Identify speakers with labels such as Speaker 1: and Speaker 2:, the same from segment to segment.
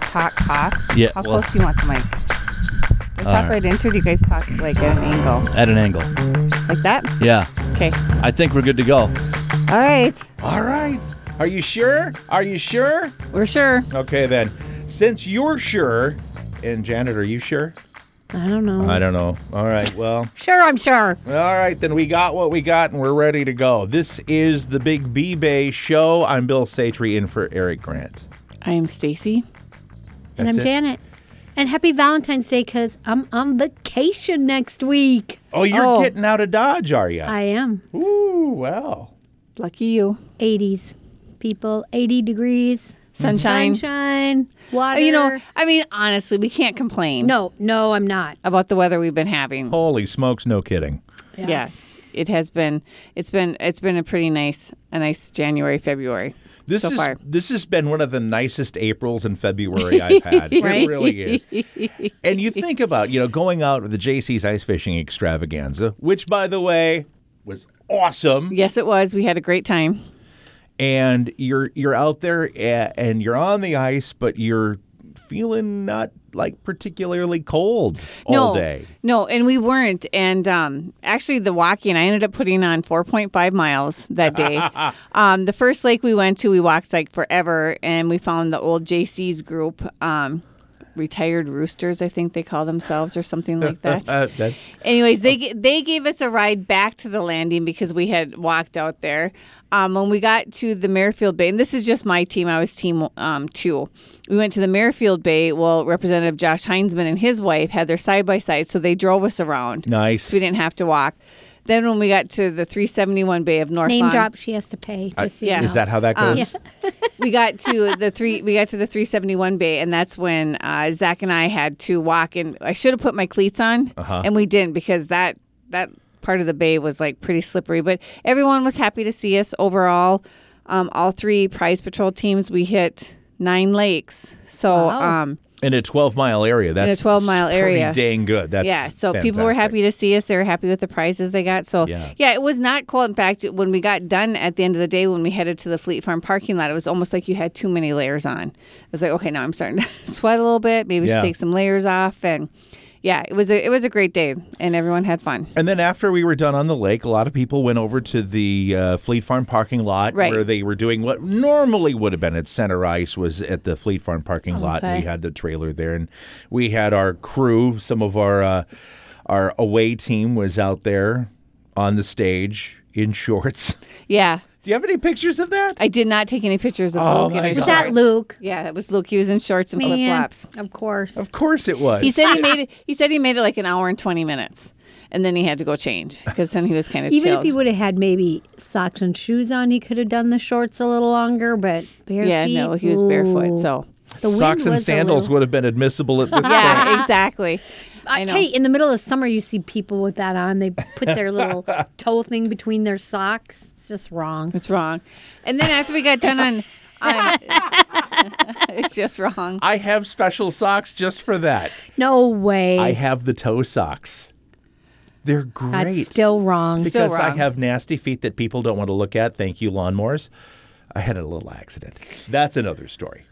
Speaker 1: talk?
Speaker 2: Yeah,
Speaker 1: How
Speaker 2: well-
Speaker 1: close do you want the mic? Do you
Speaker 2: All
Speaker 1: talk
Speaker 2: right.
Speaker 1: right into it? or Do you guys talk like at an angle?
Speaker 2: at an angle.
Speaker 1: Like that?
Speaker 2: Yeah,
Speaker 1: Okay.
Speaker 2: I think we're good to go.
Speaker 1: All right.
Speaker 3: All right. Are you sure? Are you sure?
Speaker 1: We're sure.
Speaker 3: Okay, then. Since you're sure, and Janet, are you sure?
Speaker 1: I don't know.
Speaker 3: I don't know. All right. Well,
Speaker 1: Sure, I'm sure.
Speaker 3: all right, then we got what we got and we're ready to go. This is the Big B Bay show. I'm Bill Satry in for Eric Grant.
Speaker 1: I am Stacy.
Speaker 4: And I'm
Speaker 3: That's it.
Speaker 4: Janet. And happy Valentine's Day because I'm on vacation next week.
Speaker 3: Oh, you're
Speaker 1: Oh.
Speaker 3: getting out of Dodge, are you?
Speaker 4: I am.
Speaker 3: Ooh, well.
Speaker 1: Lucky you.
Speaker 4: 80s, people, 80 degrees,
Speaker 1: Sunshine.
Speaker 4: sunshine, water.
Speaker 1: Oh, You know, I mean, honestly, we can't complain
Speaker 4: no, no, I'm not.
Speaker 1: about the weather we've been having.
Speaker 3: Holy smokes, no kidding.
Speaker 1: Yeah. It has been it's been it's been a pretty nice a nice January, February.
Speaker 3: This
Speaker 1: so
Speaker 3: is
Speaker 1: far.
Speaker 3: this has been one of the nicest Aprils and February I've had. It
Speaker 1: Right?
Speaker 3: really is. And you think about, you know, going out with the JC's ice fishing extravaganza, which by the way was awesome.
Speaker 1: Yes it was. We had a great time.
Speaker 3: And you're you're out there a- and you're on the ice, but you're feeling not like particularly cold
Speaker 1: no,
Speaker 3: all day.
Speaker 1: No, and we weren't. And um, actually, the walking, I ended up putting on 4.5 miles that day. um, the first lake we went to, we walked like forever, and we found the old JC's group, um, retired roosters, I think they call themselves, or something like that.
Speaker 3: Uh, that's
Speaker 1: Anyways, they g- they gave us a ride back to the landing because we had walked out there. Um, when we got to the Merrifield Bay, and this is just my team, I was team um, two. We went to the Merrifield Bay. Well, Representative Josh Heinzman and his wife had their side by side, so they drove us around.
Speaker 3: nice.
Speaker 1: So we didn't have to walk. Then when we got to the 371 Bay of North
Speaker 4: Name
Speaker 1: Lawn-
Speaker 4: drop, she has to pay. Just so you
Speaker 1: yeah.
Speaker 3: Is
Speaker 4: know.
Speaker 3: that how that goes?
Speaker 1: we got to the three we got to the 371 bay and that's when uh, zach and i had to walk and i should have put my cleats on and we didn't because that that part of the bay was like pretty slippery but everyone was happy to see us overall um, all three prize patrol teams we hit nine lakes so
Speaker 4: Wow.
Speaker 1: um,
Speaker 3: In a 12 mile area. That's
Speaker 1: 12 mile
Speaker 3: pretty
Speaker 1: area.
Speaker 3: dang good. That's
Speaker 1: yeah so people were
Speaker 3: fantastic.
Speaker 1: happy to see us they were happy with the prizes they got so
Speaker 3: Yeah.
Speaker 1: it was not cold in fact when we got done at the end of the day when we headed to the fleet farm parking lot it was almost like you had too many layers on i was like okay now i'm starting to sweat a little bit maybe
Speaker 3: Yeah.
Speaker 1: just take some layers off and yeah it was a it was a great day and everyone had fun
Speaker 3: And then after we were done on the lake, a lot of people went over to the uh, Fleet Farm parking lot
Speaker 1: Right.
Speaker 3: where they were doing what normally would have been at Center Ice was at the Fleet Farm parking lot.
Speaker 4: Oh, okay.
Speaker 3: We had the trailer there, and we had our crew. Some of our uh, our away team was out there on the stage in shorts.
Speaker 1: yeah
Speaker 3: Do you have any pictures of that?
Speaker 1: i did not take any pictures of
Speaker 3: Oh
Speaker 1: luke in
Speaker 3: my
Speaker 1: his
Speaker 3: God.
Speaker 4: was that
Speaker 1: shorts.
Speaker 4: Luke?
Speaker 1: yeah that was luke he was in shorts and flip
Speaker 4: Oh, Man,
Speaker 1: flops
Speaker 4: of course.
Speaker 3: of course it was.
Speaker 1: he said he made it he said he made it like an hour and 20 minutes and then he had to go change because then he was kind of
Speaker 4: Even if he would have had maybe socks and shoes on, he could have done the shorts a little longer, but bare
Speaker 1: yeah
Speaker 4: feet,
Speaker 1: no he was barefoot
Speaker 4: ooh.
Speaker 1: so
Speaker 4: The wind
Speaker 3: Socks and
Speaker 4: was a
Speaker 3: sandals
Speaker 4: little-
Speaker 3: would have been admissible at this point.
Speaker 1: yeah, exactly. I
Speaker 4: I-
Speaker 1: know.
Speaker 4: Hey, in the middle of summer, you see people with that on. They put their little toe thing between their socks. It's just wrong.
Speaker 1: It's wrong. And then after we got done on, on it's just wrong.
Speaker 3: I have special socks just for that.
Speaker 4: No way.
Speaker 3: I have the toe socks. They're great.
Speaker 4: That's still wrong.
Speaker 1: Still
Speaker 3: because I
Speaker 1: wrong.
Speaker 3: have nasty feet that people don't want to look at. Thank you, lawnmowers. I had a little accident. That's another story.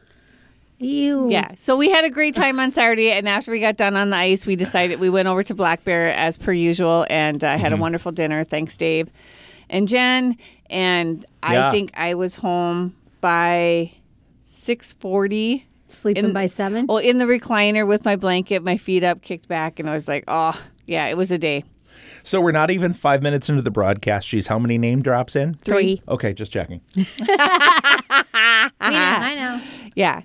Speaker 4: Ew.
Speaker 1: Yeah. So we had a great time on Saturday, and after we got done on the ice, we decided we went over to Black Bear as per usual, and uh, had a wonderful dinner. Thanks, Dave, and Jen. And I
Speaker 3: Yeah.
Speaker 1: think I was home by six forty.
Speaker 4: Sleeping
Speaker 1: In- Oh,
Speaker 4: by seven.
Speaker 1: Well, in the recliner with my blanket, my feet up, kicked back, and I was like, oh yeah, it was a day.
Speaker 3: So we're not even five minutes into the broadcast. Jeez, how many name drops in?
Speaker 4: Three.
Speaker 3: Okay, just checking.
Speaker 1: Uh-huh.
Speaker 4: I know. I know.
Speaker 1: Yeah.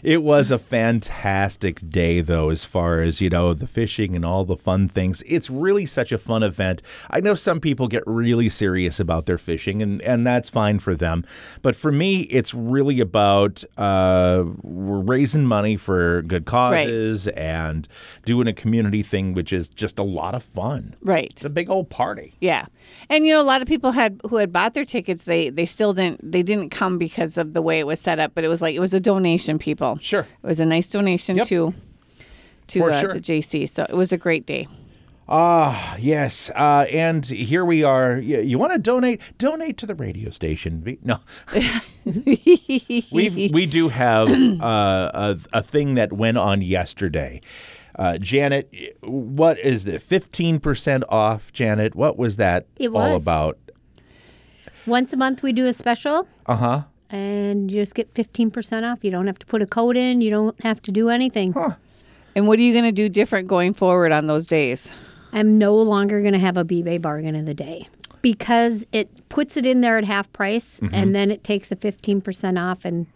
Speaker 3: It was a fantastic day, though, as far as, you know, the fishing and all the fun things. It's really such a fun event. I know some people get really serious about their fishing, and, and that's fine for them. But for me, it's really about uh, we're raising money for good causes and doing a community thing, which is just a lot of fun.
Speaker 1: Right.
Speaker 3: It's a big old party.
Speaker 1: Yeah, and you know, a lot of people had who had bought their tickets. They they still didn't they didn't come because of the way it was set up. But it was like it was a donation. People,
Speaker 3: Sure.
Speaker 1: it was a nice donation
Speaker 3: Yep.
Speaker 1: to to
Speaker 3: For
Speaker 1: uh,
Speaker 3: sure.
Speaker 1: the JC. So it was a great day.
Speaker 3: Ah, yes. Uh, and here we are. You, you want to donate? Donate to the radio station. Be- No, we we do have uh, a, a thing that went on yesterday. Uh, Janet, what is the fifteen percent off? Janet, what was that
Speaker 4: It
Speaker 3: all
Speaker 4: was.
Speaker 3: about?
Speaker 4: Once a month, we do a special. Uh huh.
Speaker 1: Uh-huh.
Speaker 4: And you just get 15% off. You don't have to put a code in, you don't have to do anything.
Speaker 1: And what are you going to do different going forward on those days?
Speaker 4: I'm no longer going to have a B-Bay bargain of the day because it puts it in there at half price
Speaker 1: Mm-hmm.
Speaker 4: and then it takes the 15% off. And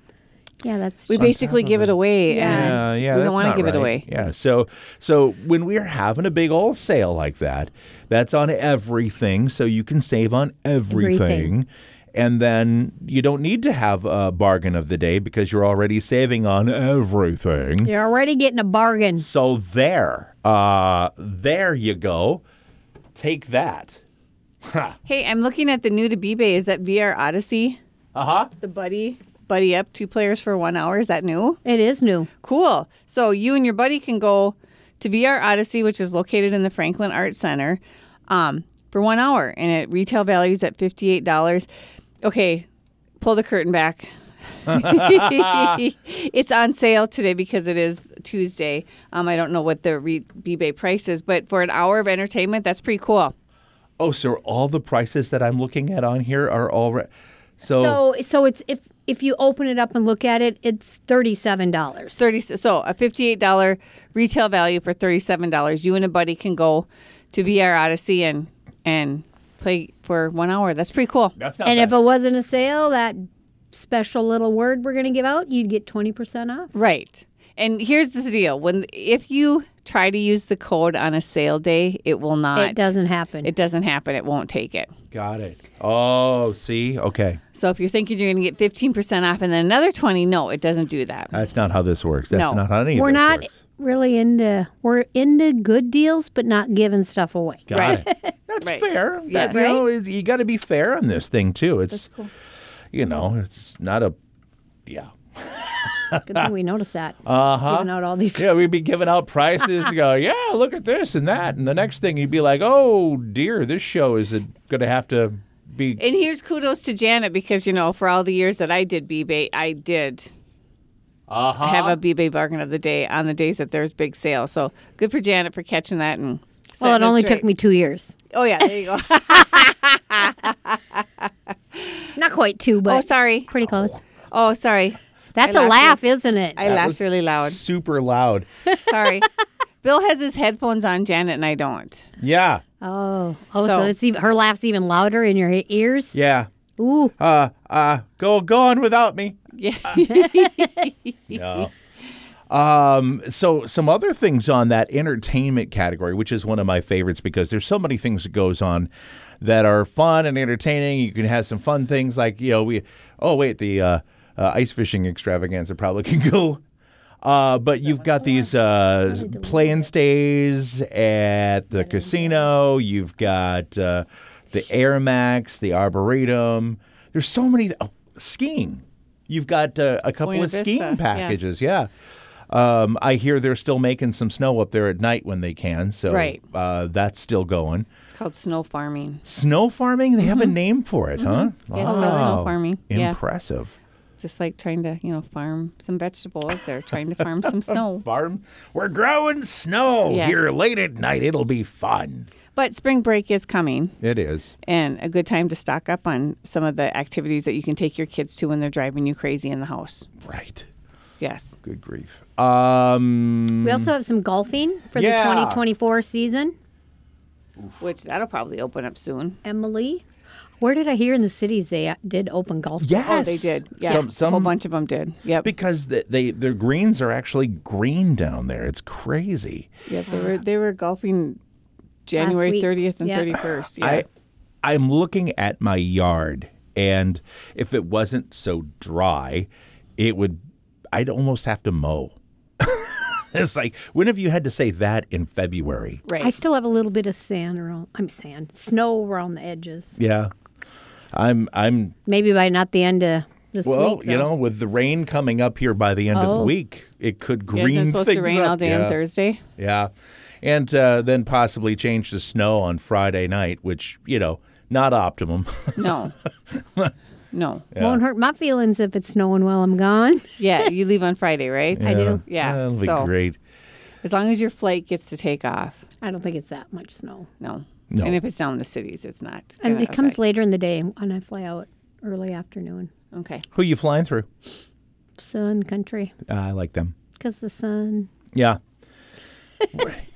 Speaker 4: yeah, that's
Speaker 1: We
Speaker 4: just-
Speaker 1: basically give it away.
Speaker 4: Yeah.
Speaker 1: and
Speaker 3: Uh, yeah,
Speaker 1: we don't
Speaker 3: that's
Speaker 1: want
Speaker 3: not
Speaker 1: to give
Speaker 3: right.
Speaker 1: it away.
Speaker 3: Yeah, so so when we're having a big old sale like that, that's on everything, so you can save on everything.
Speaker 4: Everything.
Speaker 3: And then you don't need to have a bargain of the day because you're already saving on everything.
Speaker 4: you're already getting a bargain.
Speaker 3: So there, uh, there you go. Take that.
Speaker 1: Hey, I'm looking at the new to B-Bay. Is that VR Odyssey?
Speaker 3: Uh huh.
Speaker 1: The buddy buddy up two players for one hour. Is that new?
Speaker 4: It is new.
Speaker 1: Cool. So you and your buddy can go to VR Odyssey, which is located in the Franklin Art Center, um, for one hour, and it retail values at fifty eight dollars. Okay, pull the curtain back. it's on sale today because it is Tuesday. Um, I don't know what the re- B-Bay price is, but for an hour of entertainment, that's pretty cool.
Speaker 3: Oh, so all the prices that I'm looking at on here are already. So,
Speaker 4: So so it's if if you open it up and look at it, it's $37.
Speaker 1: thirty. So a fifty-eight dollar retail value for thirty-seven dollars. You and a buddy can go to VR Odyssey and and play for one hour. That's pretty cool.
Speaker 3: that's not
Speaker 4: And
Speaker 3: bad.
Speaker 4: if it wasn't a sale, that special little word we're going to give out, you'd get 20% off.
Speaker 1: Right. And here's the deal: when if you try to use the code on a sale day, it will not.
Speaker 4: It doesn't happen.
Speaker 1: It doesn't happen. It won't take it.
Speaker 3: Got it. Oh, see? Okay.
Speaker 1: So if you're thinking you're going to get fifteen percent off and then another twenty, no, it doesn't do that.
Speaker 3: That's not how this works. That's
Speaker 1: No.
Speaker 3: not how any
Speaker 4: we're
Speaker 3: of this
Speaker 4: not
Speaker 3: works.
Speaker 4: really into we're into good deals, but not giving stuff away.
Speaker 3: Got
Speaker 1: Right.
Speaker 3: it. That's
Speaker 1: Right.
Speaker 3: fair.
Speaker 1: Yes.
Speaker 3: That, you know, it- you got to be fair on this thing too. It's you know, it's not a yeah.
Speaker 4: Good thing we noticed that. Uh huh. Giving out all these.
Speaker 3: Uh-huh. Yeah, we'd be giving out prices. you go, yeah, look at this and that, and the next thing you'd be like, oh dear, this show is going to have to be
Speaker 1: And here's kudos to Janet because you know for all the years that I did B-Bay, I did
Speaker 3: uh-huh.
Speaker 1: have a B-Bay bargain of the day on the days that there's big sales. So good for Janet for catching that. And
Speaker 4: Well, it
Speaker 1: setting us
Speaker 4: only
Speaker 1: straight.
Speaker 4: took me two years.
Speaker 1: Oh yeah, there you go.
Speaker 4: Not quite two, but
Speaker 1: oh sorry.
Speaker 4: pretty close.
Speaker 1: Oh sorry.
Speaker 4: That's
Speaker 1: I
Speaker 4: a
Speaker 1: laughed
Speaker 4: laugh, isn't it?
Speaker 1: I laughed really loud.
Speaker 3: super loud.
Speaker 1: Sorry. Bill has his headphones on, Janet, and I don't.
Speaker 3: Yeah,
Speaker 4: oh, oh, so,
Speaker 1: So-
Speaker 4: it's even, her laugh's even louder in your he- ears.
Speaker 3: yeah.
Speaker 4: Ooh,
Speaker 3: Uh, uh, go go on without me.
Speaker 1: Yeah.
Speaker 3: No. Um, so some other things on that entertainment category, which is one of my favorites because there's so many things that goes on that are fun and entertaining. You can have some fun things like, you know, we, oh, wait, the, uh, uh, ice fishing extravaganza probably can go. Uh, but you've got these uh, play and stays at the casino. You've got uh, the Air Max, the Arboretum. There's so many. Oh, skiing. You've got uh, a couple
Speaker 1: Buena
Speaker 3: of skiing
Speaker 1: Vista, yeah.
Speaker 3: packages is, yeah. Um, I hear they're still making some snow up there at night when they can, so
Speaker 1: Right.
Speaker 3: uh, that's still going.
Speaker 1: It's called snow farming.
Speaker 3: Snow farming, they have a name for it, huh?
Speaker 1: Mm-hmm. Yeah, it's called snow farming. Yeah.
Speaker 3: Impressive.
Speaker 1: It's just like trying to, you know, farm some vegetables or trying to farm some snow.
Speaker 3: Farm, we're growing snow
Speaker 1: Yeah.
Speaker 3: here late at night. It'll be fun.
Speaker 1: But spring break is coming
Speaker 3: It is.
Speaker 1: and a good time to stock up on some of the activities that you can take your kids to when they're driving you crazy in the house.
Speaker 3: Right.
Speaker 1: Yes.
Speaker 3: Good grief. Um,
Speaker 4: we also have some golfing for
Speaker 3: Yeah.
Speaker 4: the 2024 season.
Speaker 1: Which that'll probably open up soon.
Speaker 4: Emily, where did I hear in the cities they uh, did open golf?
Speaker 3: yes.
Speaker 1: Oh, they did. Yeah.
Speaker 3: Some,
Speaker 1: a whole
Speaker 3: some
Speaker 1: bunch of them did. Yep.
Speaker 3: because the, they their greens are actually green down there. It's crazy.
Speaker 1: yeah, they were they were golfing January
Speaker 4: week.
Speaker 1: 30th and
Speaker 4: Yeah.
Speaker 1: 31st. Yeah.
Speaker 3: I I'm looking at my yard and if it wasn't so dry, it would I'd almost have to mow. it's like when have you had to say that in February?
Speaker 1: right.
Speaker 4: I still have a little bit of sand around. I'm sand, snow around the edges.
Speaker 3: Yeah. I'm I'm
Speaker 4: Maybe by not the end of this
Speaker 3: well,
Speaker 4: week.
Speaker 3: you
Speaker 4: though.
Speaker 3: know, with the rain coming up here by the end of the
Speaker 4: Oh.
Speaker 3: week, it could
Speaker 1: Yeah,
Speaker 3: green
Speaker 1: Isn't it supposed
Speaker 3: things
Speaker 1: to rain
Speaker 3: up.
Speaker 1: all day
Speaker 3: yeah.
Speaker 1: on Thursday?
Speaker 3: Yeah. and uh, then possibly change to snow on Friday night, which you know not optimum.
Speaker 1: No. no.
Speaker 4: Won't hurt my feelings if it's snowing while I'm gone.
Speaker 1: Yeah, you leave on Friday, right?
Speaker 4: I do.
Speaker 1: Yeah,
Speaker 3: that'll be
Speaker 1: so-
Speaker 3: great.
Speaker 1: As long as your flight gets to take off.
Speaker 4: I don't think it's that much snow.
Speaker 1: No.
Speaker 3: No.
Speaker 1: And if it's down in the cities, it's not.
Speaker 4: And
Speaker 1: gonna
Speaker 4: it comes
Speaker 1: affect-
Speaker 4: later in the day, and I fly out early afternoon.
Speaker 1: Okay.
Speaker 3: Who you flying through?
Speaker 4: Sun country,
Speaker 3: Uh, I like them.
Speaker 4: because the sun.
Speaker 3: Yeah.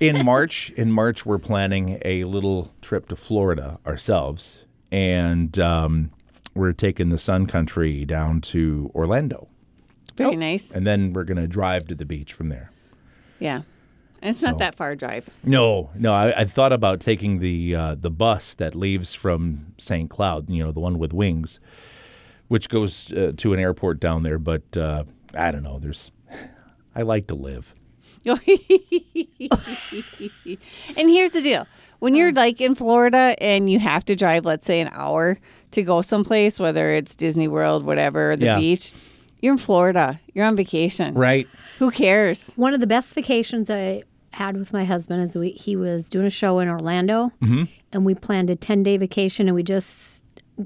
Speaker 3: in March, in March, we're planning a little trip to Florida ourselves, and um, we're taking the Sun Country down to Orlando,
Speaker 1: Very
Speaker 4: Oh.
Speaker 1: nice.
Speaker 3: and then we're gonna drive to the beach from there.
Speaker 1: Yeah. And it's not that far a drive.
Speaker 3: No, no, I, I thought about taking the uh, the bus that leaves from St. Cloud, you know, the one with wings, which goes uh, to an airport down there. But uh, I don't know. There's, I like to live.
Speaker 1: and here's the deal. When you're like in Florida and you have to drive, let's say, an hour to go someplace, whether it's Disney World, whatever, the
Speaker 3: Yeah.
Speaker 1: beach, you're in Florida. You're on vacation.
Speaker 3: Right.
Speaker 1: Who cares?
Speaker 4: One of the best vacations I had with my husband is we, he was doing a show in Orlando,
Speaker 3: Mm-hmm.
Speaker 4: and we planned a ten day vacation, and we just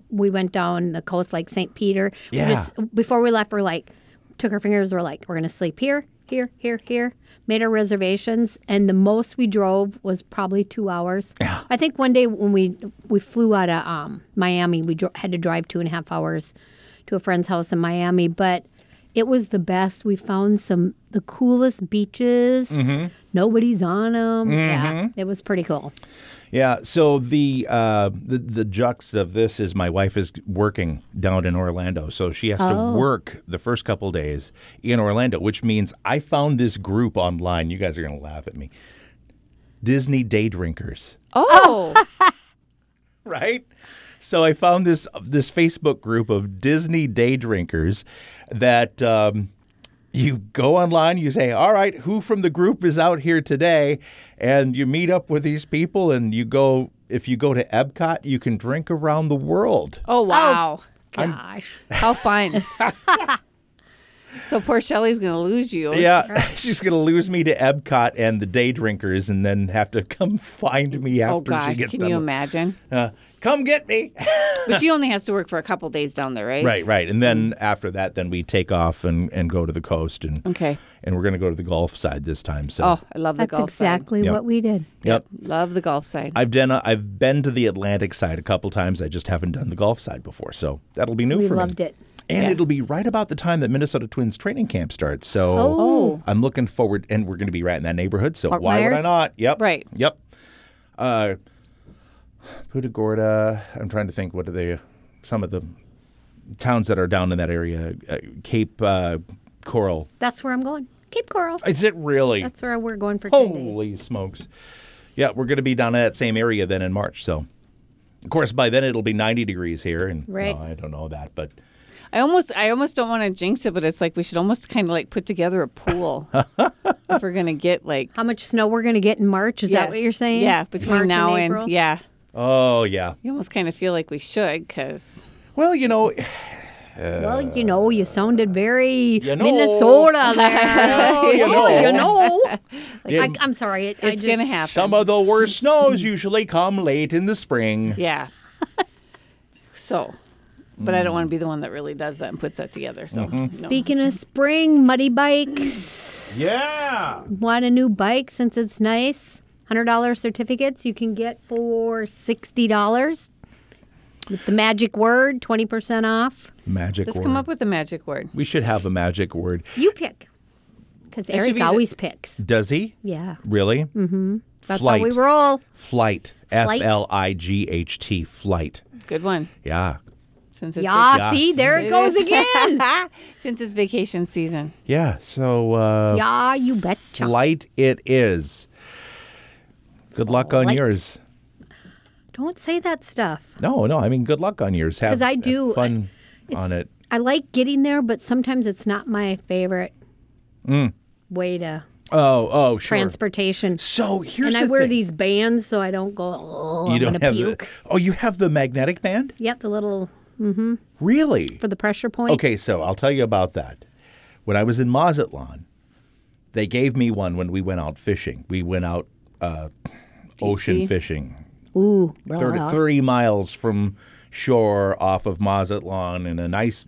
Speaker 4: we went down the coast like St. Peter. We
Speaker 3: Yeah.
Speaker 4: just- before we left, we're like, took our fingers. We're like, we're gonna sleep here, here, here, here. Made our reservations, and the most we drove was probably two hours. Yeah. I think one day when we we flew out of um, Miami, we dro- had to drive two and a half hours to a friend's house in Miami, but it was the best. We found some the coolest beaches. Nobody's on them. Yeah, it was pretty cool.
Speaker 3: Yeah. So the uh, the the jux of this is my wife is working down in Orlando, so she has to work the first couple days in Orlando, which means I found this group online. You guys are gonna laugh at me. Disney day drinkers,
Speaker 1: Oh,
Speaker 3: right? So I found this this Facebook group of Disney day drinkers that. Um, you go online, you say, All right, who from the group is out here today? And you meet up with these people, and you go, if you go to Epcot, you can drink around the world.
Speaker 1: oh wow.
Speaker 4: Gosh,
Speaker 1: How fun. so poor Shelly's going to lose you.
Speaker 3: Yeah, she's going to lose me to Epcot and the day drinkers and then have to come find me after
Speaker 1: Oh gosh,
Speaker 3: she gets
Speaker 1: can
Speaker 3: done.
Speaker 1: you
Speaker 3: with-
Speaker 1: imagine?
Speaker 3: Uh, come get me.
Speaker 1: But she only has to work for a couple days down there, right?
Speaker 3: right, right. And
Speaker 1: Mm.
Speaker 3: then after that, then we take off and, and go to the coast. And,
Speaker 1: Okay.
Speaker 3: and we're going to go to the Gulf side this time. So.
Speaker 1: Oh, I love the
Speaker 4: that's
Speaker 1: golf
Speaker 4: exactly
Speaker 3: Yep.
Speaker 4: what we did.
Speaker 3: Yep.
Speaker 1: side. Love the golf side.
Speaker 3: I've done. A, I've been to the Atlantic side a couple times. I just haven't done the Gulf side before, so that'll be new
Speaker 4: We
Speaker 3: for me.
Speaker 4: loved it.
Speaker 3: and
Speaker 1: Yeah.
Speaker 3: it'll be right about the time that Minnesota Twins training camp starts. So
Speaker 4: Oh.
Speaker 3: I'm looking forward, and we're going to be right in that neighborhood. So
Speaker 4: Fort
Speaker 3: why would I
Speaker 4: Myers?
Speaker 3: not? Yep.
Speaker 1: Right.
Speaker 3: Yep. Uh, Punta Gorda. I'm trying to think. What are they? Some of the towns that are down in that area. Uh, Cape uh, Coral.
Speaker 4: That's where I'm going. Cape Coral.
Speaker 3: Is it really?
Speaker 4: That's where we're going for two days.
Speaker 3: Holy smokes. Yeah, we're going to be down in that same area then in March. So, of course, by then it'll be 90 degrees here. And
Speaker 4: Right.
Speaker 3: no, I don't know that, but
Speaker 1: I almost, I almost don't want to jinx it, but it's like we should almost kind of like put together a pool if we're gonna get like.
Speaker 4: How much snow we're going to get in March? Is
Speaker 1: yeah.
Speaker 4: that what you're saying?
Speaker 1: Yeah, between
Speaker 4: March
Speaker 1: now
Speaker 4: and
Speaker 1: and,
Speaker 4: April?
Speaker 1: yeah,
Speaker 3: oh, yeah.
Speaker 1: you almost kind of feel like we should because
Speaker 3: Well, you know,
Speaker 4: Well, you know, you sounded very
Speaker 3: You know.
Speaker 4: Minnesota there.
Speaker 3: Oh, you know.
Speaker 4: you know.
Speaker 3: Yeah.
Speaker 4: I, I'm sorry. It, I
Speaker 1: it's
Speaker 4: just,
Speaker 1: gonna happen.
Speaker 3: some of the worst snows usually come late in the spring.
Speaker 1: yeah. so, but I don't want to be the one that really does that and puts that together. So,
Speaker 3: Mm-hmm.
Speaker 1: no.
Speaker 4: Speaking of spring, muddy bikes.
Speaker 3: Yeah.
Speaker 4: Want a new bike since it's nice? $100 certificates you can get for $60 with the magic word, 20% off.
Speaker 3: Magic
Speaker 1: let's
Speaker 3: word.
Speaker 1: come up with a magic word.
Speaker 3: we should have a magic word.
Speaker 4: You pick. Because
Speaker 1: should
Speaker 4: Eric
Speaker 1: be the-
Speaker 4: always picks.
Speaker 3: Does he?
Speaker 4: Yeah.
Speaker 3: Really? Mm-hmm.
Speaker 4: That's
Speaker 3: flight.
Speaker 4: how we roll.
Speaker 3: Flight. F
Speaker 4: Flight.
Speaker 3: L I G H T. Flight.
Speaker 1: Good one.
Speaker 3: Yeah.
Speaker 1: Since it's
Speaker 4: Yeah,
Speaker 3: Yeah.
Speaker 4: see, there it goes again.
Speaker 1: vac- since it's vacation season.
Speaker 3: Yeah. So, uh,
Speaker 4: yeah, you betcha.
Speaker 3: flight it is. Good luck on
Speaker 4: Flight.
Speaker 3: yours.
Speaker 4: Don't say that stuff.
Speaker 3: No, no. I mean, good luck on yours. Have
Speaker 4: 'Cause I
Speaker 3: have
Speaker 4: do- uh,
Speaker 3: fun on it.
Speaker 4: I like getting there, but sometimes it's not my favorite
Speaker 3: Mm.
Speaker 4: way to
Speaker 3: Oh, oh, sure.
Speaker 4: transportation.
Speaker 3: so here's
Speaker 4: And
Speaker 3: the
Speaker 4: I wear
Speaker 3: thing.
Speaker 4: these bands so I don't go, oh,
Speaker 3: You
Speaker 4: I'm
Speaker 3: don't
Speaker 4: going to
Speaker 3: have
Speaker 4: puke.
Speaker 3: The, oh, you have the magnetic band?
Speaker 4: Yep, the little
Speaker 3: Really?
Speaker 4: for the pressure point.
Speaker 3: Okay, so I'll tell you about that. When I was in Mazatlan, they gave me one when we went out fishing. We went out ocean
Speaker 1: sea. uh,
Speaker 3: fishing.
Speaker 4: Ooh,
Speaker 3: 30, 30 miles from shore off of Mazatlan in a nice,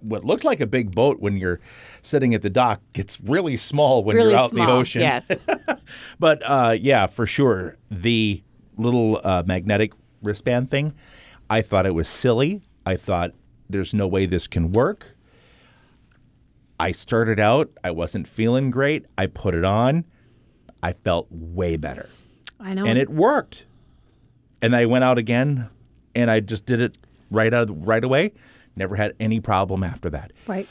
Speaker 3: what looked like a big boat when you're sitting at the dock gets really small when
Speaker 1: really
Speaker 3: you're out
Speaker 1: small.
Speaker 3: in the ocean.
Speaker 1: Yes.
Speaker 3: But uh, yeah, for sure. The little uh, magnetic wristband thing, I thought it was silly. I thought there's no way this can work. I started out, I wasn't feeling great. I put it on, I felt way better.
Speaker 4: I know.
Speaker 3: And it worked. And I went out again and I just did it right out right away. Never had any problem after that.
Speaker 4: right.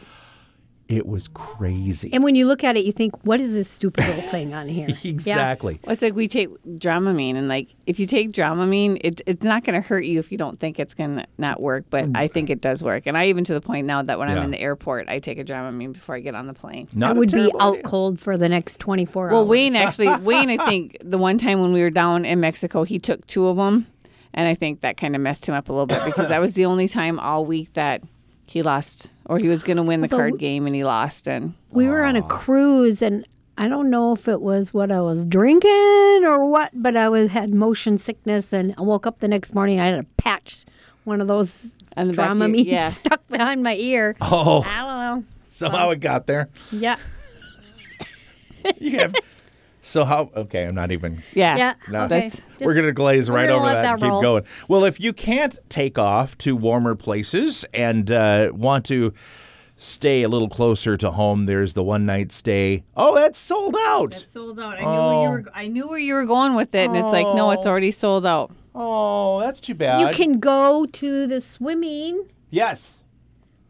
Speaker 3: It was crazy.
Speaker 4: And when you look at it, you think, what is this stupid little thing on here?
Speaker 3: exactly.
Speaker 1: Well, it's like we take Dramamine, and like if you take Dramamine, it, it's not going to hurt you if you don't think it's going to not work. But I think it does work, and I even to the point now that when
Speaker 3: Yeah.
Speaker 1: I'm in the airport, I take a Dramamine before I get on the plane.
Speaker 4: Yeah.
Speaker 3: Not
Speaker 4: I
Speaker 3: a
Speaker 4: would be
Speaker 3: terrible
Speaker 4: out
Speaker 3: idea.
Speaker 4: cold for the next 24
Speaker 1: Well,
Speaker 4: hours.
Speaker 1: Wayne actually, Wayne, I think the one time when we were down in Mexico, he took two of them, and I think that kind of messed him up a little bit because that was the only time all week that he lost, or he was going to win the
Speaker 4: Although
Speaker 1: card
Speaker 4: we-
Speaker 1: game, and he lost. And
Speaker 4: we were on a cruise and I don't know if it was what I was drinking or what, but I was had motion sickness and I woke up the next morning. I had a patch, one of those
Speaker 1: On the back of
Speaker 4: drama
Speaker 1: your- yeah.
Speaker 4: stuck behind my ear.
Speaker 3: Oh,
Speaker 4: I don't
Speaker 3: somehow it got there.
Speaker 4: know. Yeah,
Speaker 3: You have, so how? Okay, I'm not even.
Speaker 1: yeah,
Speaker 4: yeah.
Speaker 3: Ah, No.
Speaker 4: okay.
Speaker 1: That's-
Speaker 4: Just-
Speaker 3: we're gonna glaze right
Speaker 4: gonna
Speaker 3: over
Speaker 4: let
Speaker 3: that, and
Speaker 4: that
Speaker 3: keep
Speaker 4: roll.
Speaker 3: going. Well, if you can't take off to warmer places and uh, want to stay a little closer to home, there's the one night stay. Oh, that's sold out.
Speaker 1: sold out. I knew where you were. I knew where you were going with it, and it's like, no, it's already sold out.
Speaker 3: oh, that's too bad.
Speaker 4: you can go to the swimming
Speaker 3: Yes,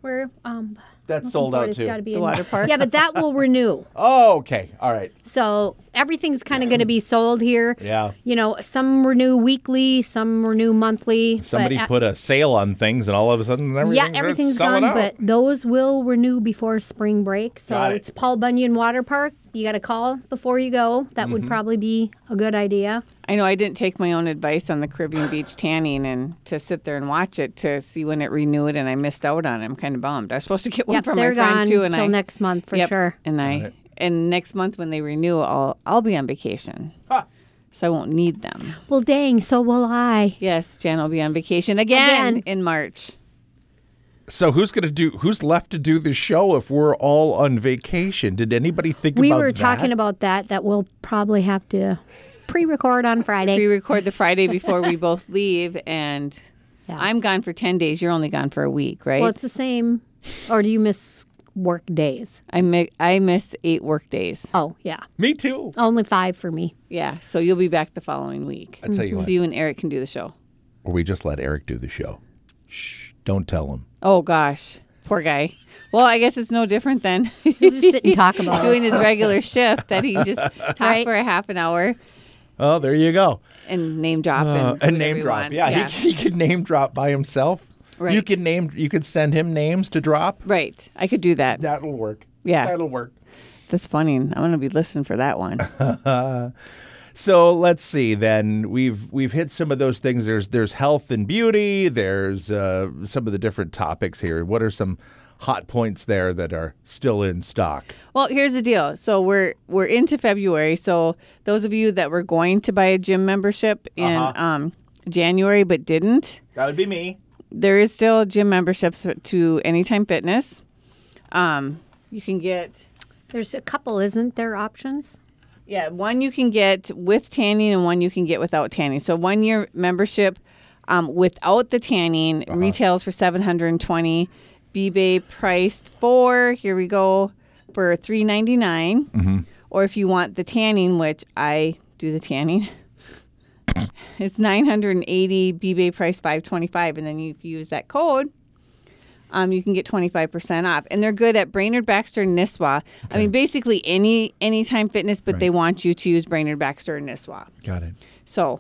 Speaker 4: where um
Speaker 3: that's sold out
Speaker 4: it's
Speaker 3: too.
Speaker 4: gotta be
Speaker 1: The
Speaker 4: in-
Speaker 1: water park?
Speaker 4: Yeah, but that will renew.
Speaker 3: oh, okay. All right.
Speaker 4: So everything's kind of going to be sold here.
Speaker 3: Yeah.
Speaker 4: You know, some renew weekly, some renew monthly. but
Speaker 3: Somebody
Speaker 4: a-
Speaker 3: put a sale on things, and all of a sudden, everything's,
Speaker 4: yeah, everything's
Speaker 3: selling
Speaker 4: gone,
Speaker 3: out.
Speaker 4: but those will renew before spring break. So
Speaker 3: Got it.
Speaker 4: it's Paul Bunyan Water Park. You got to call before you go. That
Speaker 3: Mm-hmm.
Speaker 4: would probably be a good idea.
Speaker 1: I know I didn't take my own advice on the Caribbean beach tanning and to sit there and watch it to see when it renewed, and I missed out on it. I'm kind of bummed. I was supposed to get one
Speaker 4: yep,
Speaker 1: from my
Speaker 4: they're
Speaker 1: friend
Speaker 4: gone
Speaker 1: too, and
Speaker 4: till
Speaker 1: I
Speaker 4: next month for
Speaker 1: Yep,
Speaker 4: sure.
Speaker 1: And I and next month when they renew, I'll I'll be on vacation, so I won't need them.
Speaker 4: Well, dang, so will I.
Speaker 1: Yes, Jan will be on vacation again,
Speaker 4: Again.
Speaker 1: in March.
Speaker 3: So who's gonna do? Who's left to do the show if we're all on vacation? Did anybody think
Speaker 4: We
Speaker 3: about
Speaker 4: were
Speaker 3: that?
Speaker 4: talking about that. That we'll probably have to pre-record on Friday.
Speaker 1: Pre-record the Friday before we both leave, and
Speaker 4: Yeah.
Speaker 1: I'm gone for ten days. You're only gone for a week, right?
Speaker 4: Well, it's the same. Or do you miss work days?
Speaker 1: I mi- I miss eight work days.
Speaker 4: Oh, yeah.
Speaker 3: Me too.
Speaker 4: Only five for me.
Speaker 1: Yeah, so you'll be back the following week.
Speaker 3: I tell you what.
Speaker 1: So you and Eric can do the show.
Speaker 3: Or we just let Eric do the show. Shh! Don't tell him.
Speaker 1: Oh gosh, poor guy. Well, I guess it's no different than
Speaker 4: We'll just sit and talk about it.
Speaker 1: doing his regular shift that he just talk
Speaker 4: Right.
Speaker 1: for a half an hour
Speaker 3: Oh, there you go.
Speaker 1: and name drop
Speaker 3: Uh,
Speaker 1: and,
Speaker 3: a
Speaker 1: do whatever
Speaker 3: name
Speaker 1: he
Speaker 3: drop.
Speaker 1: wants.
Speaker 3: Yeah, He, he could name drop by himself. You
Speaker 1: Right.
Speaker 3: could name. You could send him names to drop.
Speaker 1: right. I could do that.
Speaker 3: That'll work.
Speaker 1: Yeah.
Speaker 3: that'll work.
Speaker 1: That's funny. I'm gonna be listening for that one.
Speaker 3: So let's see. Then we've we've hit some of those things. There's there's health and beauty. There's uh, some of the different topics here. What are some hot points there that are still in stock?
Speaker 1: Well, here's the deal. So we're we're into February. So those of you that were going to buy a gym membership in
Speaker 3: Uh-huh.
Speaker 1: um, January but didn't,
Speaker 3: That would be me.
Speaker 1: there is still gym memberships to Anytime Fitness. Um, you can get
Speaker 4: There's a couple, isn't there? Options.
Speaker 1: yeah one you can get with tanning and one you can get without tanning. So one year membership um, without the tanning retails for seven hundred and twenty. BBay priced for here we go for three Or if you want the tanning, which I do the tanning. It's 980 BBay price 525 and then you- if you use that code um, you can get 25% off. And they're good at Brainerd Baxter and Nisswa. I mean basically any anytime fitness but they want you to use Brainerd Baxter and Nisswa.
Speaker 3: Got it.
Speaker 1: So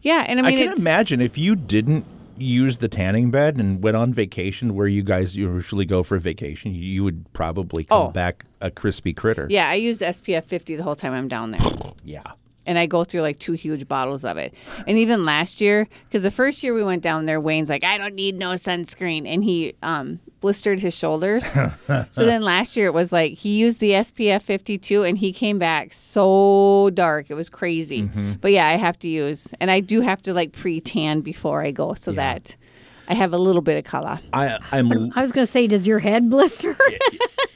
Speaker 1: yeah, and I
Speaker 3: I,
Speaker 1: mean
Speaker 3: can
Speaker 1: it's
Speaker 3: imagine if you didn't use the tanning bed and went on vacation where you guys usually go for vacation, you would probably
Speaker 1: Oh.
Speaker 3: come back a crispy critter.
Speaker 1: yeah, I use SPF 50 the whole time I'm down there.
Speaker 3: Yeah.
Speaker 1: and I go through like two huge bottles of it. And even last year, because the first year we went down there, Wayne's like, I don't need no sunscreen, and he um, blistered his shoulders. so then last year it was like he used the SPF 52, and he came back so dark, it was crazy.
Speaker 3: Mm-hmm.
Speaker 1: But yeah, I have to use, and I do have to like pre tan before I go, so that I have a little bit of color.
Speaker 3: I, I'm.
Speaker 4: I was going to say, does your head blister?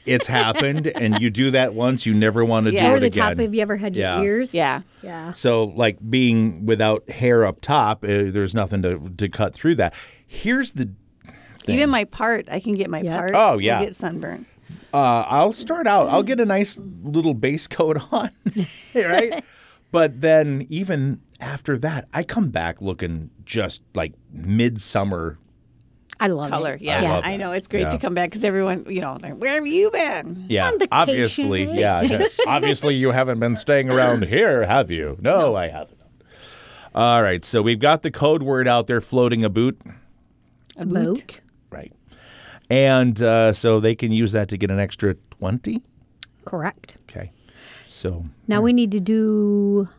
Speaker 3: It's happened, and you do that once, you never want to
Speaker 1: Yeah.
Speaker 3: do
Speaker 4: Or
Speaker 3: it
Speaker 4: the
Speaker 3: again.
Speaker 4: top of you ever had
Speaker 3: Yeah.
Speaker 4: your ears?
Speaker 1: Yeah.
Speaker 4: Yeah.
Speaker 3: So, like being without hair up top, uh, there's nothing to, to cut through that. Here's the.
Speaker 1: Even my part, I can get my
Speaker 4: Yeah.
Speaker 1: part.
Speaker 3: Oh,
Speaker 1: will
Speaker 3: yeah.
Speaker 1: get sunburned.
Speaker 3: Uh, I'll start out. I'll get a nice little base coat on, right? But then, even after that, I come back looking just like midsummer.
Speaker 4: I love
Speaker 1: Color,
Speaker 4: it.
Speaker 1: yeah.
Speaker 3: I love
Speaker 1: I,
Speaker 3: it.
Speaker 1: know it's great
Speaker 3: Yeah.
Speaker 1: to come back because everyone, you know, like, where have you been?
Speaker 3: Yeah,
Speaker 4: On vacation.
Speaker 3: obviously, yeah, yes. obviously, you haven't been staying around here, have you? No, I haven't. All right, so we've got the code word out there, floating a boot.
Speaker 4: A boat.
Speaker 3: Right. And uh, so they can use that to get an extra 20.
Speaker 4: Correct.
Speaker 3: Okay. So
Speaker 4: Now we need to do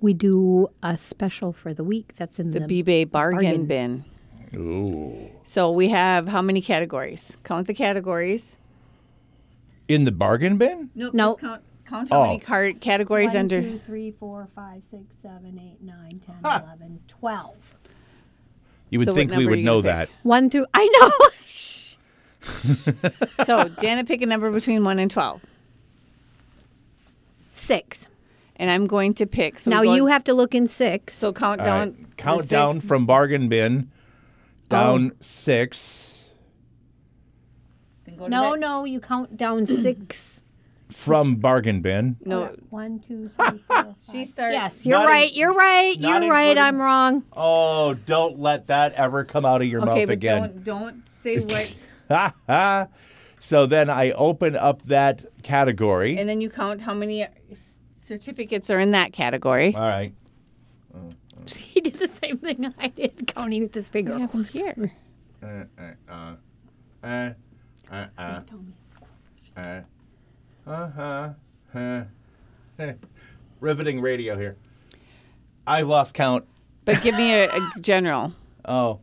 Speaker 4: we do a special for the week. That's in the,
Speaker 1: The B-Bay bargain,
Speaker 4: Bargain.
Speaker 1: bin. Ooh. So we have how many categories? Count the categories.
Speaker 3: in the bargain bin?
Speaker 1: Nope.
Speaker 4: No.
Speaker 1: just Count, count how many
Speaker 3: Oh.
Speaker 1: car- categories under.
Speaker 3: You would
Speaker 1: So what
Speaker 3: think we
Speaker 1: number are
Speaker 3: would
Speaker 1: you gonna
Speaker 3: know that.
Speaker 1: pick?
Speaker 4: one through I know. Shh.
Speaker 1: so Janet, pick a number between one and twelve,
Speaker 4: Six.
Speaker 1: and I'm going to pick. So
Speaker 4: now you have to look in six.
Speaker 1: So count
Speaker 3: All
Speaker 1: down.
Speaker 3: right.
Speaker 1: the
Speaker 3: Count
Speaker 1: six- Oh.
Speaker 3: down from bargain bin down six
Speaker 1: then go to
Speaker 4: no,
Speaker 1: bed.
Speaker 4: no, you count down six.
Speaker 3: from bargain bin.
Speaker 1: no.
Speaker 4: One, two, three, four.
Speaker 1: She started.
Speaker 4: yes, you're
Speaker 3: Not in-
Speaker 4: right. you're right.
Speaker 3: not
Speaker 4: You're right.
Speaker 3: including-
Speaker 4: I'm wrong.
Speaker 3: Oh, don't let that ever come out of your
Speaker 1: Okay,
Speaker 3: mouth
Speaker 1: but
Speaker 3: again.
Speaker 1: don't don't say what.
Speaker 3: Ha ha. So then I open up that category.
Speaker 1: And then you count how many uh, s- certificates are in that category.
Speaker 3: All right.
Speaker 4: He did the same thing I did, counting with his finger.
Speaker 1: Here.
Speaker 3: Uh, uh, uh, uh, uh-huh, huh. Hey, Riveting radio here. I've lost count.
Speaker 1: But give me a, a general.
Speaker 3: Oh,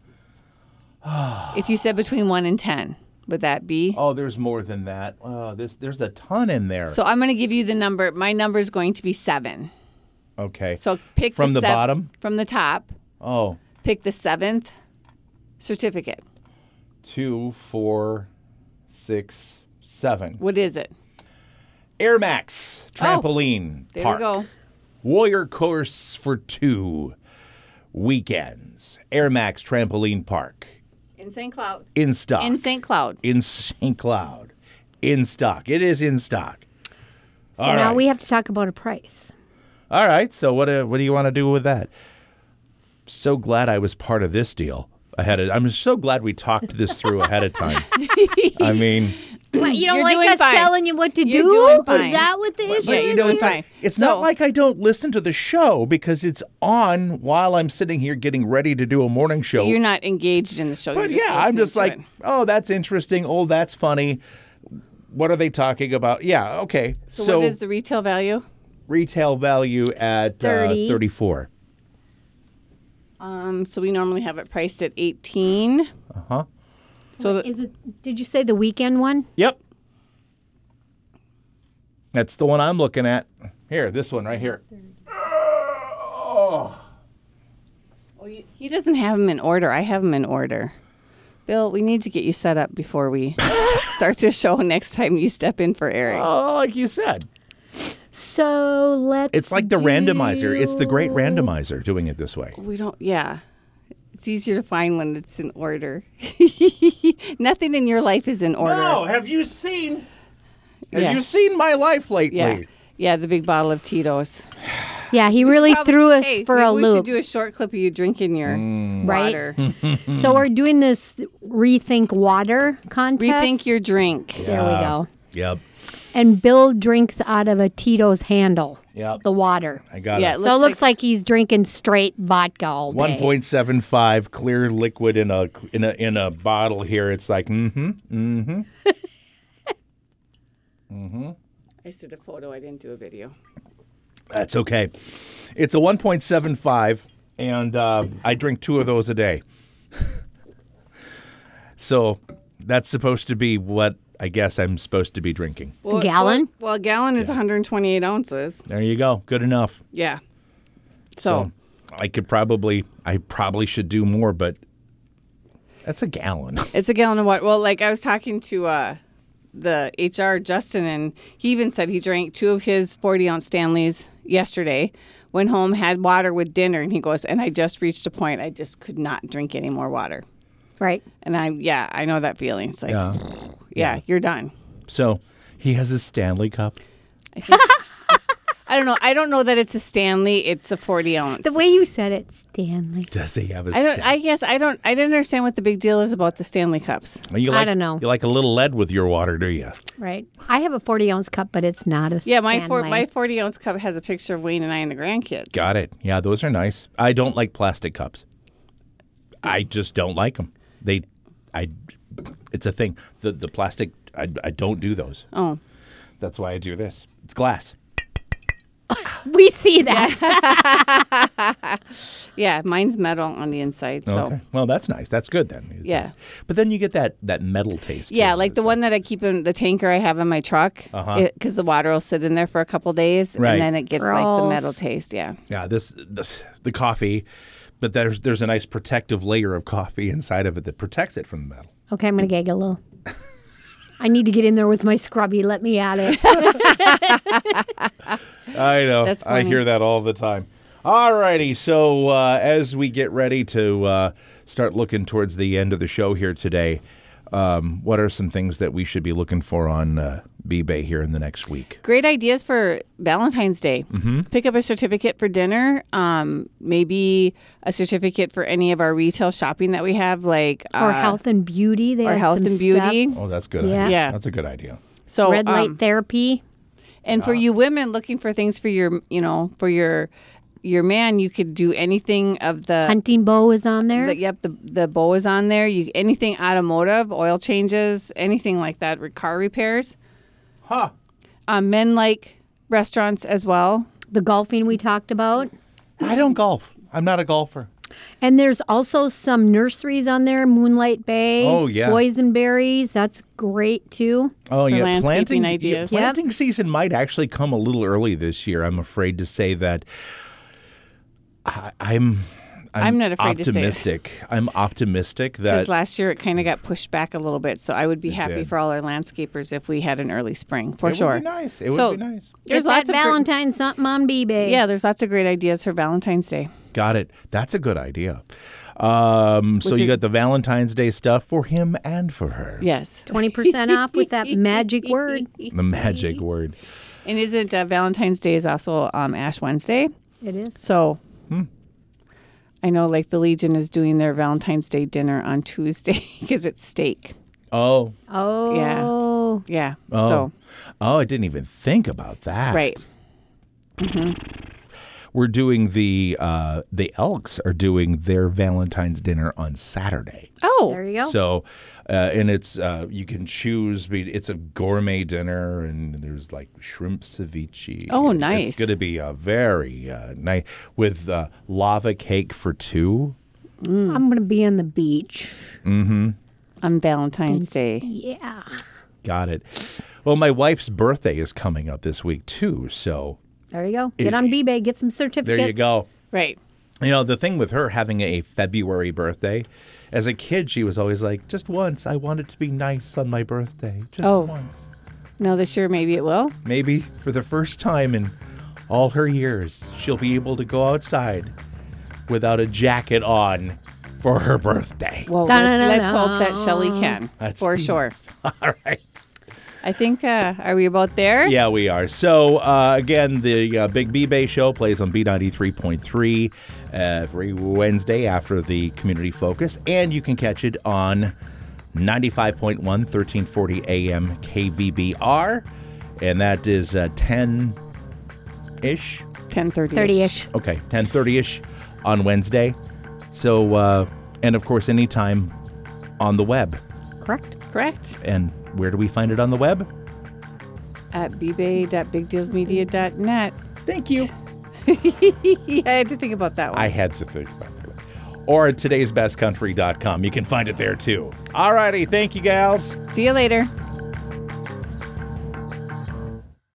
Speaker 1: If you said between one and ten, would that be?
Speaker 3: oh, there's more than that. Oh, this there's a ton in there.
Speaker 1: So I'm going to give you the number. My number is going to be seven.
Speaker 3: okay.
Speaker 1: So pick
Speaker 3: From the
Speaker 1: sev-
Speaker 3: bottom?
Speaker 1: from the top.
Speaker 3: oh,
Speaker 1: Pick the seventh certificate.
Speaker 3: two, four, six, seven.
Speaker 1: What is it?
Speaker 3: Air Max
Speaker 1: Oh,
Speaker 3: trampoline
Speaker 1: There
Speaker 3: park.
Speaker 1: you go.
Speaker 3: Warrior course for two weekends. Air Max trampoline park
Speaker 1: In St. Cloud.
Speaker 3: in stock.
Speaker 1: In St. Cloud.
Speaker 3: in St. Cloud. In stock. It is in stock.
Speaker 4: So
Speaker 3: All
Speaker 4: now
Speaker 3: right.
Speaker 4: we have to talk about a price.
Speaker 3: All right. So what uh, what do you want to do with that? So glad I was part of this deal ahead of I'm so glad we talked this through ahead of time. I mean,
Speaker 4: What, you don't
Speaker 1: You're
Speaker 4: like
Speaker 1: doing
Speaker 4: us
Speaker 1: fine.
Speaker 4: telling you what to
Speaker 1: You're
Speaker 4: do?
Speaker 1: doing fine.
Speaker 4: Is that what the issue
Speaker 1: but
Speaker 4: is?
Speaker 1: you know, it's
Speaker 4: here?
Speaker 1: fine.
Speaker 3: it's
Speaker 1: So-
Speaker 3: not like I don't listen to the show because it's on while I'm sitting here getting ready to do a morning show.
Speaker 1: You're not engaged in the show.
Speaker 3: but
Speaker 1: You're
Speaker 3: yeah, I'm
Speaker 1: listening
Speaker 3: just
Speaker 1: to
Speaker 3: like,
Speaker 1: it.
Speaker 3: "Oh, that's interesting. Oh, that's funny. What are they talking about?" Yeah, okay.
Speaker 1: So, what is the retail value?
Speaker 3: retail value at Uh,
Speaker 4: 30.
Speaker 3: 34.
Speaker 1: Um, so we normally have it priced at 18. Uh huh.
Speaker 3: Uh-huh.
Speaker 1: So
Speaker 4: Is it? Did you say the weekend one?
Speaker 3: Yep. That's the one I'm looking at. Here, this one right here.
Speaker 1: Oh, you- he doesn't have them in order. I have them in order. Bill, we need to get you set up before we start the show next time you step in for Eric.
Speaker 3: Oh, like you said.
Speaker 4: So let's.
Speaker 3: It's like the
Speaker 4: do-
Speaker 3: randomizer. It's the great randomizer doing it this way.
Speaker 1: We don't, yeah. It's easier to find when it's in order. Nothing in your life is in order.
Speaker 3: have you seen Have
Speaker 1: Yeah.
Speaker 3: you seen my life lately?
Speaker 1: yeah. Yeah, the big bottle of Tito's.
Speaker 4: Yeah, he really
Speaker 1: Probably-
Speaker 4: threw us
Speaker 1: hey,
Speaker 4: for
Speaker 1: maybe
Speaker 4: a
Speaker 1: we should
Speaker 4: loop,
Speaker 1: do a short clip of you drinking your
Speaker 4: right?
Speaker 1: water.
Speaker 4: so
Speaker 3: Hmm.
Speaker 4: we're doing this rethink water contest.
Speaker 1: Rethink your drink.
Speaker 4: There we go.
Speaker 3: Yep.
Speaker 4: And Bill drinks out of a Tito's handle.
Speaker 3: Yep.
Speaker 4: The water.
Speaker 3: I got
Speaker 1: Yeah,
Speaker 3: it.
Speaker 1: look-
Speaker 4: so it
Speaker 1: looks
Speaker 4: looks like, he's drinking straight vodka all day.
Speaker 3: 1.75 clear liquid in a in a in a bottle here. It's like, mm-hmm.
Speaker 1: I said a photo, I didn't do a video.
Speaker 3: That's okay. It's a 1.75, and uh, I drink two of those a day. so that's supposed to be what I guess I'm supposed to be drinking.
Speaker 1: Well,
Speaker 4: Gallon?
Speaker 1: Well, well, a gallon is 128 ounces.
Speaker 3: There you go. Good enough.
Speaker 1: Yeah.
Speaker 3: So
Speaker 1: So,
Speaker 3: I could probably, I probably should do more, but that's a gallon.
Speaker 1: it's a gallon of water. Well, like I was talking to uh, the HR Justin, and he even said he drank two of his 40 ounce Stanleys yesterday. Went home, had water with dinner, and he goes, and I just reached a point I just could not drink any more water.
Speaker 4: Right.
Speaker 1: And I, yeah, I know that feeling. It's like, yeah, you're done.
Speaker 3: so he has his Stanley cup.
Speaker 1: I don't know. I don't know that it's a Stanley. It's a 40 ounce.
Speaker 4: The way you said it, Stanley.
Speaker 3: Does he have his?
Speaker 1: I don't.
Speaker 3: Stanley?
Speaker 1: I guess I don't. I didn't understand what the big deal is about the Stanley cups.
Speaker 3: you
Speaker 4: I
Speaker 3: like,
Speaker 4: don't know.
Speaker 3: You like a little lead with your water, do you?
Speaker 4: Right. I have a 40 ounce cup, but it's not a
Speaker 1: Yeah, my four,
Speaker 4: Stanley.
Speaker 1: my forty ounce cup has a picture of Wayne and I and the grandkids.
Speaker 3: Got it. Yeah, those are nice. I don't like plastic cups. I just don't like them. They, I, it's a thing. The the plastic. I, I don't do those.
Speaker 1: Oh,
Speaker 3: That's why I do this. It's glass.
Speaker 4: We see that.
Speaker 1: yeah, mine's metal on the inside. So
Speaker 3: Okay. Well, that's nice. That's good then. It's
Speaker 1: Yeah.
Speaker 3: but then you get that that metal taste.
Speaker 1: yeah, like the one that I keep in the tanker I have in my truck, because the water will sit in there for a couple days
Speaker 3: Right.
Speaker 1: and then it gets like the
Speaker 4: Gross.
Speaker 1: metal taste. Yeah,
Speaker 3: Yeah, this, this the coffee, but there's there's a nice protective layer of coffee inside of it that protects it from the metal.
Speaker 4: okay, I'm going to gag a little. I need to get in there with my scrubby. Let me at it.
Speaker 3: I know.
Speaker 1: That's
Speaker 3: I
Speaker 1: funny.
Speaker 3: hear that all the time. All righty. So uh, as we get ready to uh, start looking towards the end of the show here today, um, what are some things that we should be looking for on uh, B-Bay here in the next week?
Speaker 1: great ideas for Valentine's Day. Pick up a certificate for dinner. Um, maybe a certificate for any of our retail shopping that we have, like
Speaker 4: Or
Speaker 1: uh,
Speaker 4: health and beauty. They
Speaker 1: or
Speaker 4: have
Speaker 1: health
Speaker 4: some
Speaker 1: and
Speaker 4: stuff.
Speaker 1: beauty.
Speaker 3: Oh, that's good.
Speaker 4: Yeah.
Speaker 3: Idea.
Speaker 1: Yeah.
Speaker 3: That's a good idea.
Speaker 1: So
Speaker 4: Red light
Speaker 1: um,
Speaker 4: therapy.
Speaker 1: And for you women looking for things for your, you know, for your your man, you could do anything of the,
Speaker 4: Hunting bow is on there.
Speaker 1: uh, the yep, the the bow is on there. You anything automotive, oil changes, anything like that, re- car repairs.
Speaker 3: Huh.
Speaker 1: Um, men like restaurants as well.
Speaker 4: the golfing we talked about.
Speaker 3: I don't golf. I'm not a golfer.
Speaker 4: And there's also some nurseries on there, Moonlight Bay.
Speaker 3: Oh, yeah.
Speaker 4: Boysenberries. That's great too.
Speaker 3: Oh yeah,
Speaker 1: landscaping
Speaker 3: planting yeah,
Speaker 1: ideas. Yep.
Speaker 3: planting season might actually come a little early this year. I'm afraid to say that. I, I'm, I'm.
Speaker 1: I'm not afraid to say it.
Speaker 3: optimistic. I'm optimistic that
Speaker 1: Because last year it kind of got pushed back a little bit, so I would be happy
Speaker 3: did.
Speaker 1: for all our landscapers if we had an early spring for
Speaker 3: it
Speaker 1: sure.
Speaker 3: would be nice. It
Speaker 1: So-
Speaker 3: would be nice.
Speaker 1: There's
Speaker 4: Get
Speaker 1: lots
Speaker 4: that
Speaker 1: of great-
Speaker 4: Valentine something on B-Bay.
Speaker 1: Yeah, there's lots of great ideas for Valentine's Day.
Speaker 3: Got it. That's a good idea. Um, so
Speaker 1: Which
Speaker 3: you
Speaker 1: is-
Speaker 3: got the Valentine's Day stuff for him and for her.
Speaker 1: Yes,
Speaker 4: 20% off with that magic word.
Speaker 3: The magic word.
Speaker 1: and isn't uh, Valentine's Day is also um, Ash Wednesday?
Speaker 4: It is.
Speaker 1: So
Speaker 3: Hmm.
Speaker 1: I know like the Legion is doing their Valentine's Day dinner on Tuesday because it's steak.
Speaker 3: Oh,
Speaker 4: Oh.
Speaker 1: Yeah.
Speaker 3: oh,
Speaker 1: So,
Speaker 3: oh! I didn't even think about that.
Speaker 1: right.
Speaker 3: We're doing the uh, the Elks are doing their Valentine's dinner on Saturday.
Speaker 1: Oh,
Speaker 4: There you go.
Speaker 3: So, uh, and it's uh, you can choose. be- It's a gourmet dinner, and there's like shrimp ceviche.
Speaker 1: Oh,
Speaker 3: And It's
Speaker 1: nice.
Speaker 3: going to be a very uh, nice with uh, lava cake for two.
Speaker 4: I'm going to be on the beach.
Speaker 1: on Valentine's Day.
Speaker 4: Yeah.
Speaker 3: Got it. Well, my wife's birthday is coming up this week too, so
Speaker 4: There you go. Get on B-Bay. Get some
Speaker 3: there
Speaker 4: certificates.
Speaker 3: you go.
Speaker 1: Right.
Speaker 3: You know, the thing with her having a February birthday, as a kid, she was always like, just once, I want it to be nice on my birthday. Just
Speaker 1: Oh.
Speaker 3: once.
Speaker 1: No, this year maybe it will.
Speaker 3: Maybe for the first time in all her years, she'll be able to go outside without a jacket on for her birthday.
Speaker 1: Well, let's,
Speaker 4: Dun-dun-dun-dun.
Speaker 1: let's hope that Shelly can
Speaker 3: That's-
Speaker 1: for sure.
Speaker 3: All right.
Speaker 1: I think, uh, are we about there?
Speaker 3: Yeah, we are. So, uh, again, the uh, Big B Bay show plays on B93.3 every Wednesday after the community focus, and you can catch it on 95.1 1340 AM KVBR, and that is uh, 10 ish.
Speaker 1: 1030.
Speaker 4: 30-ish.
Speaker 3: Okay, 10:30 ish on Wednesday. So, uh, and of course, anytime on the web.
Speaker 4: Correct.
Speaker 1: Correct.
Speaker 3: And where do we find it on the web?
Speaker 1: At bbay.bigdealsmedia.net.
Speaker 3: Thank you.
Speaker 1: Yeah, I had to think about that one.
Speaker 3: I had to think about that. Or at today'sbestcountry.com. You can find it there too. All righty. Thank you, gals.
Speaker 1: See you later.